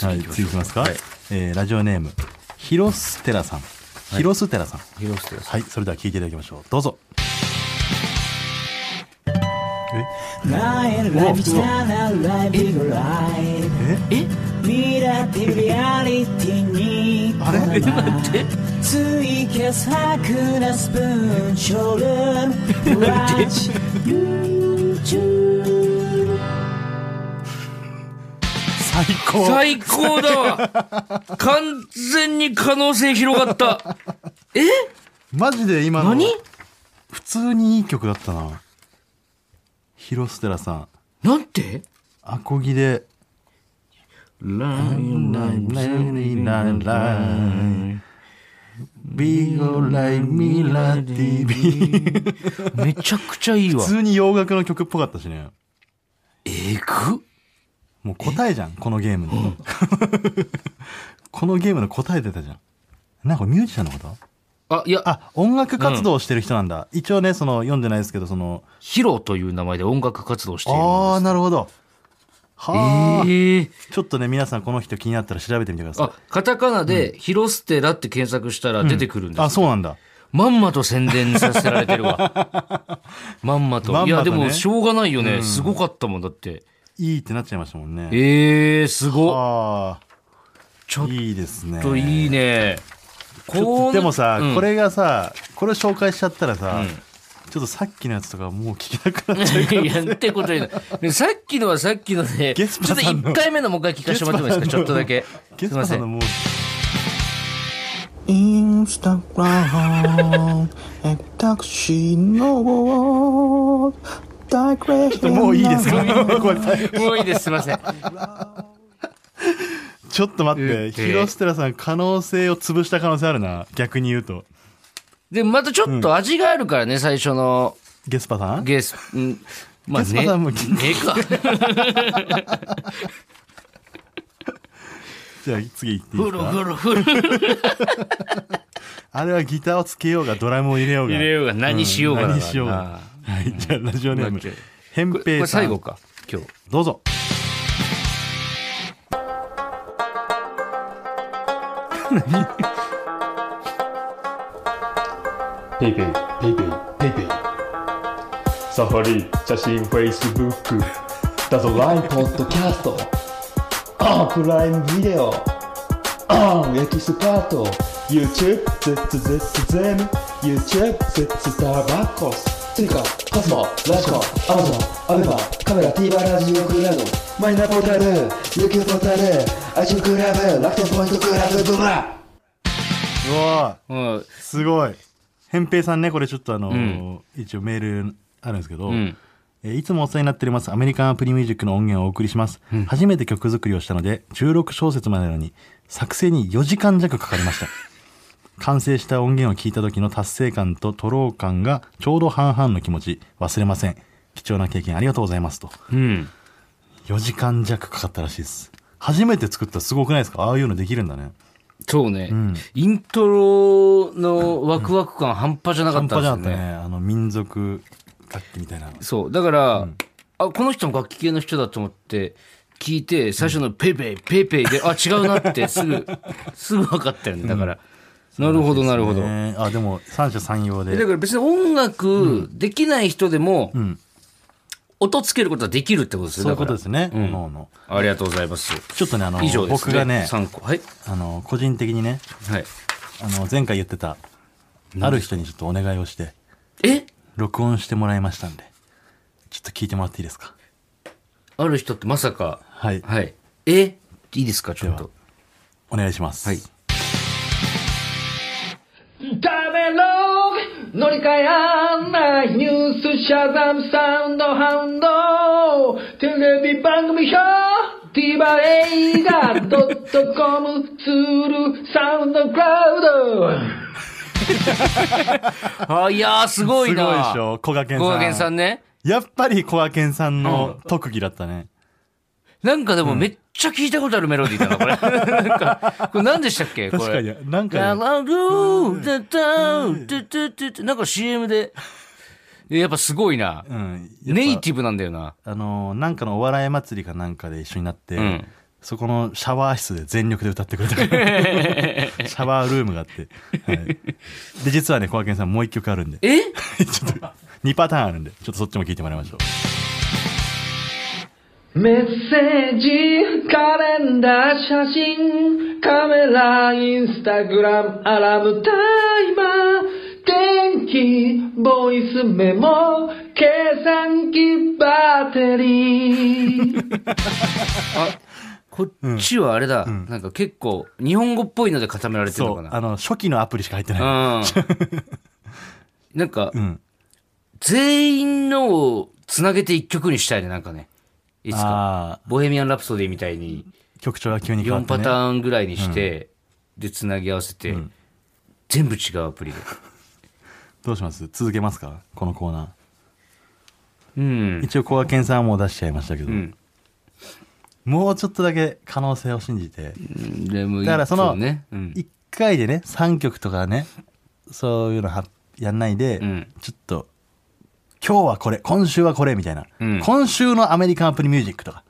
[SPEAKER 2] はい、次行きますか。えーラジオネーム、ヒロステラさん。ヒロステラさん。
[SPEAKER 1] 広瀬さ
[SPEAKER 2] はい、それでは聞いていただきましょう。どうぞ。
[SPEAKER 1] ん。え
[SPEAKER 5] ミラティリアリティに
[SPEAKER 2] あれ
[SPEAKER 1] え、待って。
[SPEAKER 5] ツイキャスハクナスプーンショルームランチ YouTube
[SPEAKER 2] 最高
[SPEAKER 1] 最高だわ。完全に可能性広がった。え
[SPEAKER 2] マジで今の。
[SPEAKER 1] 何
[SPEAKER 2] 普通にいい曲だったな。ヒロステラさん。
[SPEAKER 1] なんて
[SPEAKER 2] アコギで。ビゴライミラティビ。
[SPEAKER 1] めちゃくちゃいいわ
[SPEAKER 2] 普。通に洋楽の曲っぽかったしね。
[SPEAKER 1] えぐ
[SPEAKER 2] もう答えじゃん、このゲームの。 <laughs> このゲームの答え出たじゃん。なんかミュージシャンのこと
[SPEAKER 1] あ、いや、
[SPEAKER 2] あ、音楽活動をしてる人なんだ。一応ね、その、読んでないですけど、その、
[SPEAKER 1] ヒロという名前で音楽活動をしている
[SPEAKER 2] ああ、
[SPEAKER 1] んです。
[SPEAKER 2] なるほど。はあ、
[SPEAKER 1] ええ
[SPEAKER 2] ちょっとね、皆さんこの人気になったら調べてみてくださ
[SPEAKER 1] あ、カタカナで、ヒロステラって検索したら出てくるん
[SPEAKER 2] い。
[SPEAKER 1] です、
[SPEAKER 2] あ、そうなんだ。
[SPEAKER 1] まんまと宣伝させられてるわ。
[SPEAKER 2] <laughs>
[SPEAKER 1] まんまと。
[SPEAKER 2] まんまとね
[SPEAKER 1] いや、でも、しょうがないよね。すごかったもんだって。
[SPEAKER 2] いいってなっちゃいましたもんね。
[SPEAKER 1] ええすごっ。
[SPEAKER 2] あ
[SPEAKER 1] ちょ
[SPEAKER 2] あ、
[SPEAKER 1] っ
[SPEAKER 2] いいですね。
[SPEAKER 1] といいね。
[SPEAKER 2] ちょっとでもさ、
[SPEAKER 1] うん
[SPEAKER 2] これがさ、これ紹介しちゃったらさ、
[SPEAKER 1] うん
[SPEAKER 2] ちょっとさっきのやつとかもう聞けなくなっちゃうから。
[SPEAKER 1] いやってことになるでさっきのはさっきので、ちょ
[SPEAKER 2] ゲ
[SPEAKER 1] っ
[SPEAKER 2] ス
[SPEAKER 1] と
[SPEAKER 2] パさんの
[SPEAKER 1] 1回目のもう一回聞かせてもらってもいいですか、ちょっとだけ。す
[SPEAKER 2] ゲ
[SPEAKER 1] い
[SPEAKER 2] ス
[SPEAKER 1] ま
[SPEAKER 2] パ
[SPEAKER 1] せ
[SPEAKER 2] さんの
[SPEAKER 1] ん。
[SPEAKER 2] もう、
[SPEAKER 4] インスタグラム私の大変な
[SPEAKER 2] もういいですか <laughs> これ大変
[SPEAKER 1] もういいです、すいません。
[SPEAKER 2] ちょっと待って、
[SPEAKER 1] え
[SPEAKER 2] ヒロステラさん可能性を潰した可能性あるな。逆に言うと。
[SPEAKER 1] で、またちょっと味があるからね、最初の
[SPEAKER 2] ゲスパさん
[SPEAKER 1] ゲス、うん、まあ
[SPEAKER 2] ゲスパ
[SPEAKER 1] ね。
[SPEAKER 2] さんも
[SPEAKER 1] ね
[SPEAKER 2] 聞い <laughs>
[SPEAKER 1] か。
[SPEAKER 2] じゃあ次行っていい
[SPEAKER 1] ふ
[SPEAKER 2] です
[SPEAKER 1] る
[SPEAKER 2] か
[SPEAKER 1] ふるふる
[SPEAKER 2] あれはギターをつけようがドラムを入れようが。
[SPEAKER 1] 入れようが何しようがだからな
[SPEAKER 2] 何しようが。はい、じゃあラジオネーム
[SPEAKER 1] だっけ。
[SPEAKER 2] 扁
[SPEAKER 1] これこれ
[SPEAKER 2] 平さん。
[SPEAKER 1] 最後か、今日。
[SPEAKER 2] どうぞ。
[SPEAKER 6] ペイペイペイペイペイペイサファリ写真フェイスブックダゾラインポッドキャストあプライムビデオあエキスパート YouTube ゼッツゼッツゼム YouTube ゼッツタバコススイカコスモラジコアマゾンアベマカメラ TVer ラジオクラブマイナポータル UQ ポータル iTunes クラブ楽天ポイントクラブドラ
[SPEAKER 2] うわ
[SPEAKER 1] うん。
[SPEAKER 2] ーすごい扁平さんねこれちょっとあの
[SPEAKER 1] ん
[SPEAKER 2] 一応メールあるんですけど、
[SPEAKER 1] うん。
[SPEAKER 2] えーいつもお世話になっておりますアメリカンアプリミュージックの音源をお送りします、初めて曲作りをしたので16小節までなのに作成に4時間弱かかりました完成した音源を聞いた時の達成感とトロー感がちょうど半々の気持ち忘れません貴重な経験ありがとうございますと
[SPEAKER 1] うん。
[SPEAKER 2] 4時間弱かかったらしいです初めて作ったらすごくないですかああいうのできるんだね
[SPEAKER 1] そうね、
[SPEAKER 2] ん
[SPEAKER 1] イントロのワクワク感半端じゃなか
[SPEAKER 2] 半
[SPEAKER 1] ったん
[SPEAKER 2] 端
[SPEAKER 1] で
[SPEAKER 2] じ
[SPEAKER 1] す
[SPEAKER 2] ゃ
[SPEAKER 1] よ
[SPEAKER 2] なかった
[SPEAKER 1] ね。
[SPEAKER 2] ねあの民族楽器みたいな
[SPEAKER 1] そう。だから、あ、この人も楽器系の人だと思って、聞いて、最初のペイペイ、ペイペイで、あ、違うな
[SPEAKER 2] <laughs>
[SPEAKER 1] って、すぐ、すぐ分かったよね。だから、なるほど、なるほど。
[SPEAKER 2] ねあでも三者三様
[SPEAKER 1] えだ
[SPEAKER 2] で
[SPEAKER 1] から別に音楽できない人でも、
[SPEAKER 2] ん
[SPEAKER 1] 音つけることはできるってことですよ
[SPEAKER 2] そういうことです
[SPEAKER 1] ね。
[SPEAKER 2] ね、
[SPEAKER 1] うん
[SPEAKER 2] 脳の
[SPEAKER 1] ありがとうございます。
[SPEAKER 2] ちょっとねあの、
[SPEAKER 1] 以上です、ね。
[SPEAKER 2] 僕がね
[SPEAKER 1] 3個。はい。
[SPEAKER 2] あの個人的にね
[SPEAKER 1] はい。
[SPEAKER 2] あの前回言ってたある人にちょっとお願いをして
[SPEAKER 1] え
[SPEAKER 2] 録音してもらいましたんでちょっと聞いてもらっていいですか
[SPEAKER 1] ある人ってまさか、
[SPEAKER 2] はい
[SPEAKER 1] はい。えいいですか、ちょっと。
[SPEAKER 2] お願いします、
[SPEAKER 1] はい
[SPEAKER 7] ダメログ乗り換え案内ニュースシャザムサウンドハウンドテレビ番組表 TVer 映画ドットコムツールサウンドクラウド
[SPEAKER 1] あ、いやー、すごいな。
[SPEAKER 2] すごいでしょこがけんさん
[SPEAKER 1] こがけんさんね。
[SPEAKER 2] やっぱりこがけんさんの特技だったね、
[SPEAKER 1] なんかでもめっちゃ聞いたことあるメロディーだな、これ。なんか、これ何でしたっけこれ。
[SPEAKER 2] 確かになんか
[SPEAKER 1] ラ
[SPEAKER 2] ね
[SPEAKER 1] ラルーダダウンダダダダなんか CM で。えやっぱすごいな。
[SPEAKER 2] うんやっぱ
[SPEAKER 1] ネイティブなんだよな。
[SPEAKER 2] あのなんかのお笑い祭りかなんかで一緒になって、
[SPEAKER 1] ん
[SPEAKER 2] そこのシャワー室で全力で歌ってくれたから
[SPEAKER 1] <laughs>
[SPEAKER 2] シャワールームがあって、はい、で実はねこがけんさんもう一曲あるんで
[SPEAKER 1] え
[SPEAKER 2] <laughs> ちょっと2パターンあるんでちょっとそっちも聞いてもらいましょう
[SPEAKER 7] メッセージ、カレンダー、写真、カメラ、インスタグラム、アラーム、タイマー、天気、ボイスメモ、計算機、バッテリー。
[SPEAKER 1] こっちはあれだ。なんか結構、日本語っぽいので固められてる
[SPEAKER 2] そ
[SPEAKER 1] のか
[SPEAKER 2] う
[SPEAKER 1] な。
[SPEAKER 2] あの初期のアプリしか入ってな
[SPEAKER 1] <laughs>
[SPEAKER 2] い、
[SPEAKER 1] うん。なんか、
[SPEAKER 2] ん
[SPEAKER 1] 全員のをつなげて一曲にしたいね、なんかね。いつか。
[SPEAKER 2] あ
[SPEAKER 1] ボヘミアン・ラプソディみたいに、
[SPEAKER 2] ー曲調が急に変わっ
[SPEAKER 1] 4
[SPEAKER 2] て、
[SPEAKER 1] パ
[SPEAKER 2] ね、
[SPEAKER 1] ターンぐらいにして、で、つなぎ合わせて、全部違うアプリで。
[SPEAKER 2] どうします続けますかこのコーナ
[SPEAKER 1] うん
[SPEAKER 2] ー。一応こがけんさんはもう出しちゃいましたけど、
[SPEAKER 1] ん
[SPEAKER 2] もうちょっとだけ可能性を信じて
[SPEAKER 1] でもいい
[SPEAKER 2] だからその
[SPEAKER 1] うね。うん
[SPEAKER 2] 1回でね3曲とかねそういうのはやんないで、
[SPEAKER 1] ん
[SPEAKER 2] ちょっと今日はこれ今週はこれみたいな、
[SPEAKER 1] うん
[SPEAKER 2] 今週のアメリカンアプリミュージックとか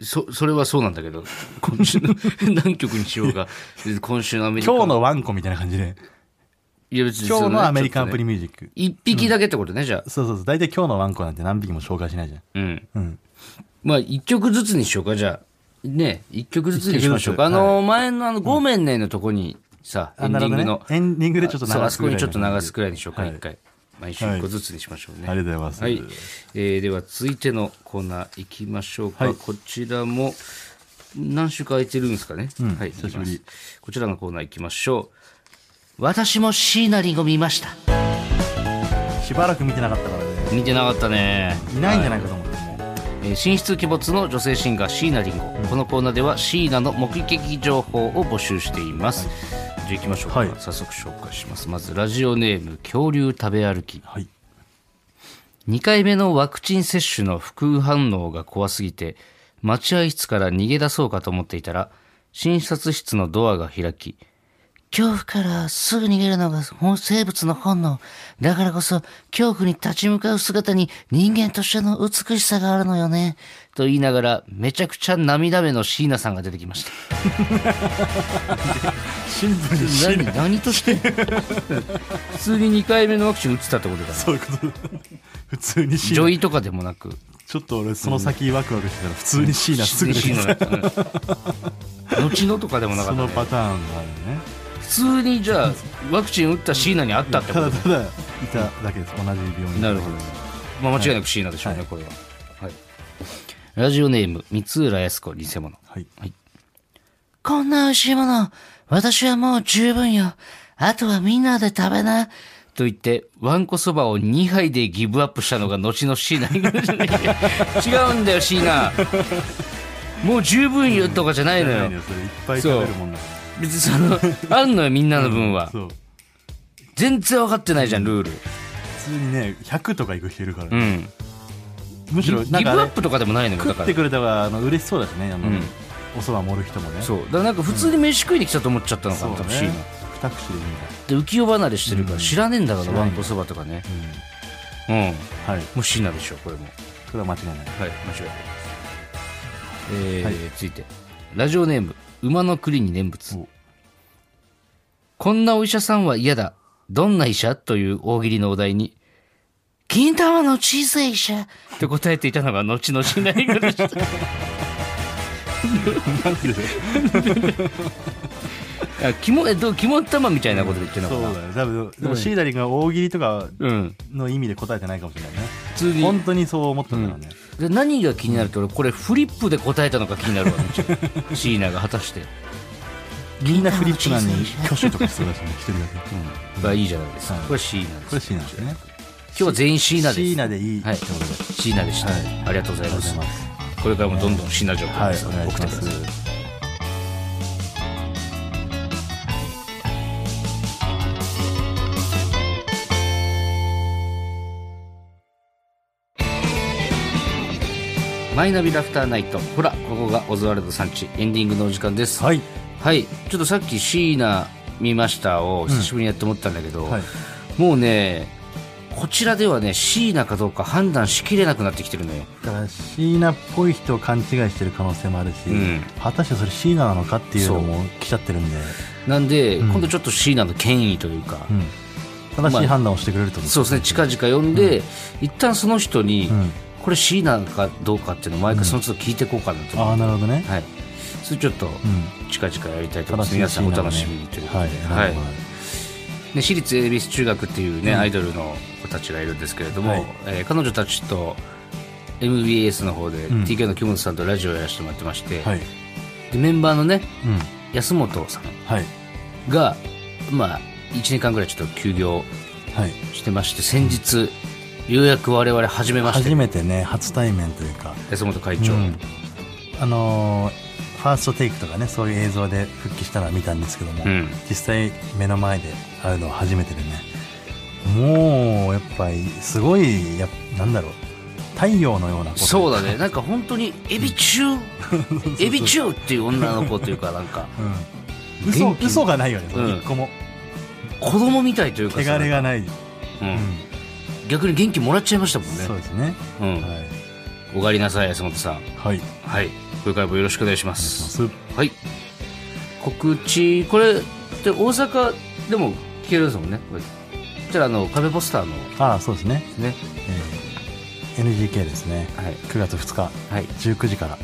[SPEAKER 1] そ、それはそうなんだけど、 <laughs> 今週の、何曲にしようが、今週のアメリカ。
[SPEAKER 2] 今日の、ワンコみたいな感じで
[SPEAKER 1] いや別に
[SPEAKER 2] 今日のアメリカンアプリ
[SPEAKER 1] ミ
[SPEAKER 2] ミュージック、
[SPEAKER 1] 一匹だけってことね、じゃあ。
[SPEAKER 2] そうそうそう大体今日のワンコなんて何匹も紹介しないじゃん
[SPEAKER 1] うん。
[SPEAKER 2] うん
[SPEAKER 1] まあ、一曲ずつにしようか、じゃあ。ね、一曲ずつにしましょうか。あ
[SPEAKER 2] 一曲ずつはい
[SPEAKER 1] の、前のあの、ごめんねのとこにさ、エ
[SPEAKER 2] あ
[SPEAKER 1] ンディ
[SPEAKER 2] なるほ
[SPEAKER 1] ン
[SPEAKER 2] ど
[SPEAKER 1] グ
[SPEAKER 2] ね
[SPEAKER 1] の。
[SPEAKER 2] エンディングでちょっと流す
[SPEAKER 1] そうあそこにちょっと
[SPEAKER 2] ぐらいの
[SPEAKER 1] 流すくらいにしようか、
[SPEAKER 2] はい
[SPEAKER 1] 一回。毎週一個ずつにしましょうね。
[SPEAKER 2] ありがとうござ
[SPEAKER 1] はいい
[SPEAKER 2] ます、。
[SPEAKER 1] えーでは続いてのコーナー行きましょうか。
[SPEAKER 2] はい
[SPEAKER 1] こちらも何週か空いてるんですかね。
[SPEAKER 2] ん
[SPEAKER 1] はい、
[SPEAKER 2] 久しぶり
[SPEAKER 1] 行きますこちらのコーナー行きましょう。私も椎名林檎見ました。
[SPEAKER 2] しばらく見てなかったからね
[SPEAKER 1] 見てなかったね。
[SPEAKER 2] いないんじゃないかと思ってもう
[SPEAKER 1] えー進出鬼没の女性シンガー椎名林檎、このコーナーでは椎名の目撃情報を募集しています、じゃあ行きましょうか、
[SPEAKER 2] はい
[SPEAKER 1] 早速紹介しますまずラジオネーム恐竜食べ歩き、
[SPEAKER 2] はい
[SPEAKER 1] 2回目のワクチン接種の副反応が怖すぎて待合室から逃げ出そうかと思っていたら診察室のドアが開き恐怖からすぐ逃げるのが本生物の本能。だからこそ、恐怖に立ち向かう姿に人間としての美しさがあるのよね。と言いながら、めちゃくちゃ涙目の椎名さんが出てきました。
[SPEAKER 2] <laughs> シンプルに
[SPEAKER 1] 何何として
[SPEAKER 2] <laughs>
[SPEAKER 1] 普通に2回目のワクチン打ってたってことだな
[SPEAKER 2] そういうこと <laughs> 普通にシーナ
[SPEAKER 1] 女医とかでもなく
[SPEAKER 2] ちょっと俺その先ワクワクしてたら普通にシーナすぐ出てきた、
[SPEAKER 1] うん後のとかでもなか
[SPEAKER 2] そ
[SPEAKER 1] った、
[SPEAKER 2] の
[SPEAKER 1] ね、
[SPEAKER 2] パターンがあるね
[SPEAKER 1] 普通にじゃあワクチン打った椎名にあったってこ
[SPEAKER 2] た
[SPEAKER 1] と
[SPEAKER 2] だただいただけです同じ病院
[SPEAKER 1] なるほど、まあ、間違いなく椎名でしょうね、これは、はい、ラジオネーム三浦靖子偽物
[SPEAKER 2] はい
[SPEAKER 1] こんな美味しいもの、私はもう十分よ。あとはみんなで食べな。と言って、わんこそばを2杯でギブアップしたのが後の椎名違うんだよ、椎名。もう十分よとかじゃないの
[SPEAKER 2] ない
[SPEAKER 1] よ
[SPEAKER 2] の。よそれいっぱい食べるもんだか
[SPEAKER 1] 別にそ
[SPEAKER 2] <laughs>
[SPEAKER 1] の、あんのよ、みんなの分
[SPEAKER 2] ら
[SPEAKER 1] は。
[SPEAKER 2] そう
[SPEAKER 1] 全然分かってないじゃん、ルール。
[SPEAKER 2] 普通にね100とかいく人いるから、
[SPEAKER 1] うん。
[SPEAKER 2] むし
[SPEAKER 1] ギ
[SPEAKER 2] ろ
[SPEAKER 1] ギブ
[SPEAKER 2] なんかあれ
[SPEAKER 1] アップとかでもないのよ、だ
[SPEAKER 2] 食
[SPEAKER 1] か
[SPEAKER 2] って
[SPEAKER 1] ら。
[SPEAKER 2] くれたらあの嬉しそうだしねあの、
[SPEAKER 1] うん
[SPEAKER 2] おそば盛る人もね
[SPEAKER 1] そう。だからなんか普通に飯食いに来たと思っちゃったのか
[SPEAKER 2] そう
[SPEAKER 1] な、
[SPEAKER 2] ね
[SPEAKER 1] 多分椎名。
[SPEAKER 2] 二口でいいんだ、
[SPEAKER 1] で、浮世離れしてるから知らねえんだから、
[SPEAKER 2] 知ら
[SPEAKER 1] わ
[SPEAKER 2] ない
[SPEAKER 1] んこそばとかね。
[SPEAKER 2] う
[SPEAKER 1] うん。も
[SPEAKER 2] ん、はいう
[SPEAKER 1] 椎名でしょ、これも。
[SPEAKER 2] これは間違いない
[SPEAKER 1] はい、間違いないです。えー
[SPEAKER 2] はい
[SPEAKER 1] 続いて、ラジオネーム、馬の栗に念仏
[SPEAKER 2] お。
[SPEAKER 1] こんなお医者さんは嫌だ。どんな医者という大喜利のお題に、金玉の小さい医者と答えていたのが後々になりました。 <laughs> あ、肝、え、どう、肝玉みたいなことで言ってんの
[SPEAKER 2] そ
[SPEAKER 1] かな。
[SPEAKER 2] うだよ多分でもシーダリンが大喜利とか
[SPEAKER 1] うん。
[SPEAKER 2] の意味で答えてないかもしれないね
[SPEAKER 1] 普通に。
[SPEAKER 2] 本当にそう思ったんだろうね、
[SPEAKER 1] で何が気になるって俺これフリップで答えたのか気になるわめっちゃ椎名が果たして、
[SPEAKER 2] みんなフリップなのに挙手とかしてたしね一人だけこ
[SPEAKER 1] うん、がいいじゃないですか、
[SPEAKER 2] はい
[SPEAKER 1] これ椎名です
[SPEAKER 2] れシーナですね
[SPEAKER 1] 今日は全員椎名です
[SPEAKER 2] シーナでいいって
[SPEAKER 1] はい
[SPEAKER 2] ことで
[SPEAKER 1] 椎名でした、
[SPEAKER 2] はい
[SPEAKER 1] ありがとうございま
[SPEAKER 2] ありがとうござい
[SPEAKER 1] す
[SPEAKER 2] ます
[SPEAKER 1] これからもどんどん椎名情報
[SPEAKER 2] は
[SPEAKER 1] で
[SPEAKER 2] い
[SPEAKER 1] す、
[SPEAKER 2] お願い
[SPEAKER 1] 送っ
[SPEAKER 2] してま
[SPEAKER 1] くだ
[SPEAKER 2] す
[SPEAKER 1] さいマイナビラフターナイトほらここがオズワルドさんちエンディングのお時間です
[SPEAKER 2] はい
[SPEAKER 1] はい、ちょっとさっき椎名見ましたを久しぶりにやって思ったんだけど、
[SPEAKER 2] はい
[SPEAKER 1] もうねこちらではね椎名かどうか判断しきれなくなってきてるのよ
[SPEAKER 2] だからシーナっぽい人を勘違いしてる可能性もあるし、
[SPEAKER 1] うん
[SPEAKER 2] 果たしてそれシーナなのかっていうのも来ちゃってるんで、
[SPEAKER 1] なんで、
[SPEAKER 2] ん
[SPEAKER 1] 今度ちょっと椎名の権威というか、
[SPEAKER 2] うん正しい判断をしてくれるってこと
[SPEAKER 1] そうですね近々呼んで、一旦その人に、
[SPEAKER 2] うん
[SPEAKER 1] これ椎名かどうかっていうのを毎回その都度聞いていこうかなと思
[SPEAKER 2] あ
[SPEAKER 1] う、
[SPEAKER 2] あなるほどね、
[SPEAKER 1] はいそれちょっと
[SPEAKER 2] うん
[SPEAKER 1] 近々やりたいと思います、
[SPEAKER 2] 正しい
[SPEAKER 1] 皆さんお楽し
[SPEAKER 2] シーナをね
[SPEAKER 1] みにということで、
[SPEAKER 2] は
[SPEAKER 1] は
[SPEAKER 2] い、
[SPEAKER 1] い
[SPEAKER 2] なるほど
[SPEAKER 1] ね、私立恵比寿中学っていうね、アイドルの子たちがいるんですけれども、
[SPEAKER 2] はい
[SPEAKER 1] えー彼女たちと MBS の方で、
[SPEAKER 2] ん
[SPEAKER 1] TK の木本さんとラジオをやらせてもらってまして、
[SPEAKER 2] はい、
[SPEAKER 1] でメンバーのね
[SPEAKER 2] うん
[SPEAKER 1] 安本さ
[SPEAKER 2] はい
[SPEAKER 1] んがまあ1年間ぐらいちょっと休業
[SPEAKER 2] はい
[SPEAKER 1] してまして先日ようやく我々始めまして
[SPEAKER 2] 初めてね初対面というか、
[SPEAKER 1] 安本会長、
[SPEAKER 2] うんあのーファーストテイクとかねそういう映像で復帰したのは見たんですけども、
[SPEAKER 1] うん
[SPEAKER 2] 実際目の前で会うのは初めてでねもうやっぱりすごいやなんだろう太陽のようなこと
[SPEAKER 1] そうだ
[SPEAKER 2] <laughs>
[SPEAKER 1] ねなんか本当にエビ中エビ中っていう女の子というかなんか
[SPEAKER 2] うん、嘘
[SPEAKER 1] 元気
[SPEAKER 2] 嘘がないよねその
[SPEAKER 1] うん
[SPEAKER 2] 一個も
[SPEAKER 1] 子供みたいというかさ
[SPEAKER 2] 汚れがない、うん
[SPEAKER 1] うん逆に元気もらっちゃいましたもんね
[SPEAKER 2] そうですね
[SPEAKER 1] うん
[SPEAKER 2] はい、
[SPEAKER 1] おかえりなさい安本さん
[SPEAKER 2] はい、お願いし
[SPEAKER 1] はいこれからもよろしくお願いしま
[SPEAKER 2] ますす
[SPEAKER 1] はい告知これで大阪でも聞けるんですもんねこれじゃああの壁ポスターの
[SPEAKER 2] ああそうですね、
[SPEAKER 1] ね
[SPEAKER 2] えー NGK ですね
[SPEAKER 1] はい
[SPEAKER 2] 9月2日
[SPEAKER 1] はい
[SPEAKER 2] 19時から、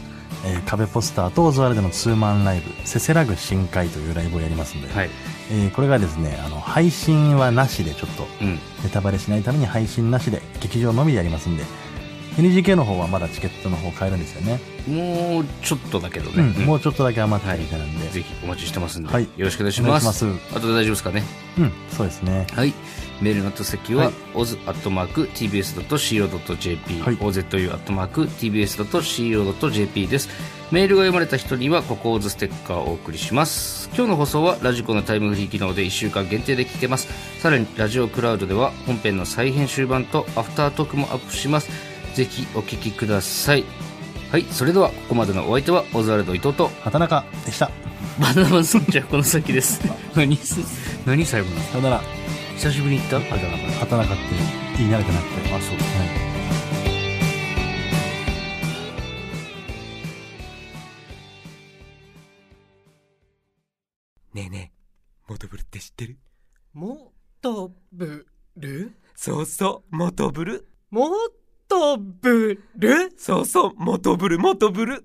[SPEAKER 2] えー壁ポスターとオズワルドのツーマンライブ「せせらぐ深海」というライブをやりますんで、
[SPEAKER 1] はい
[SPEAKER 2] えーこれがですねあの配信はなしでちょっと
[SPEAKER 1] うん
[SPEAKER 2] ネタバレしないために配信なしで劇場のみでやりますんで NGK の方はまだチケットの方買えるんですよね、
[SPEAKER 1] もうちょっとだけど
[SPEAKER 2] う
[SPEAKER 1] ね
[SPEAKER 2] ん、も
[SPEAKER 1] う
[SPEAKER 2] うちょっとだけ余ったみたいなんで、
[SPEAKER 1] ぜひお待ちしてますんで
[SPEAKER 2] はい
[SPEAKER 1] よろしくお願いしま
[SPEAKER 2] お願い
[SPEAKER 1] す
[SPEAKER 2] します
[SPEAKER 1] あとで大丈夫ですかね
[SPEAKER 2] うんそうですね
[SPEAKER 1] はい。メールの宛先は、
[SPEAKER 2] はい
[SPEAKER 1] oz.tbs.co.jp、
[SPEAKER 2] はい
[SPEAKER 1] ozu.tbs.co.jp です。メールが読まれた人には、ここオズステッカーをお送りします。今日の放送は、ラジコのタイムフリー機能で1週間限定で聞けます。さらに、ラジオクラウドでは、本編の再編集版とアフタートークもアップします。ぜひ、お聞きください。はい。それでは、ここまでのお相手は、オズワルド伊藤と、
[SPEAKER 2] 畑中でした
[SPEAKER 1] バイバイバナナマン村長この先です。 <laughs> 何す、何最後なの
[SPEAKER 2] さよなら
[SPEAKER 1] 久しぶりに行った
[SPEAKER 2] あれだな勝たなかった言い慣れてなくてあそうはい
[SPEAKER 8] ねえねえ、モトブルって知ってる
[SPEAKER 9] もとぶる
[SPEAKER 8] そうそう、モトブル。
[SPEAKER 9] もとぶる
[SPEAKER 8] そうそう、モトブル、モトブル。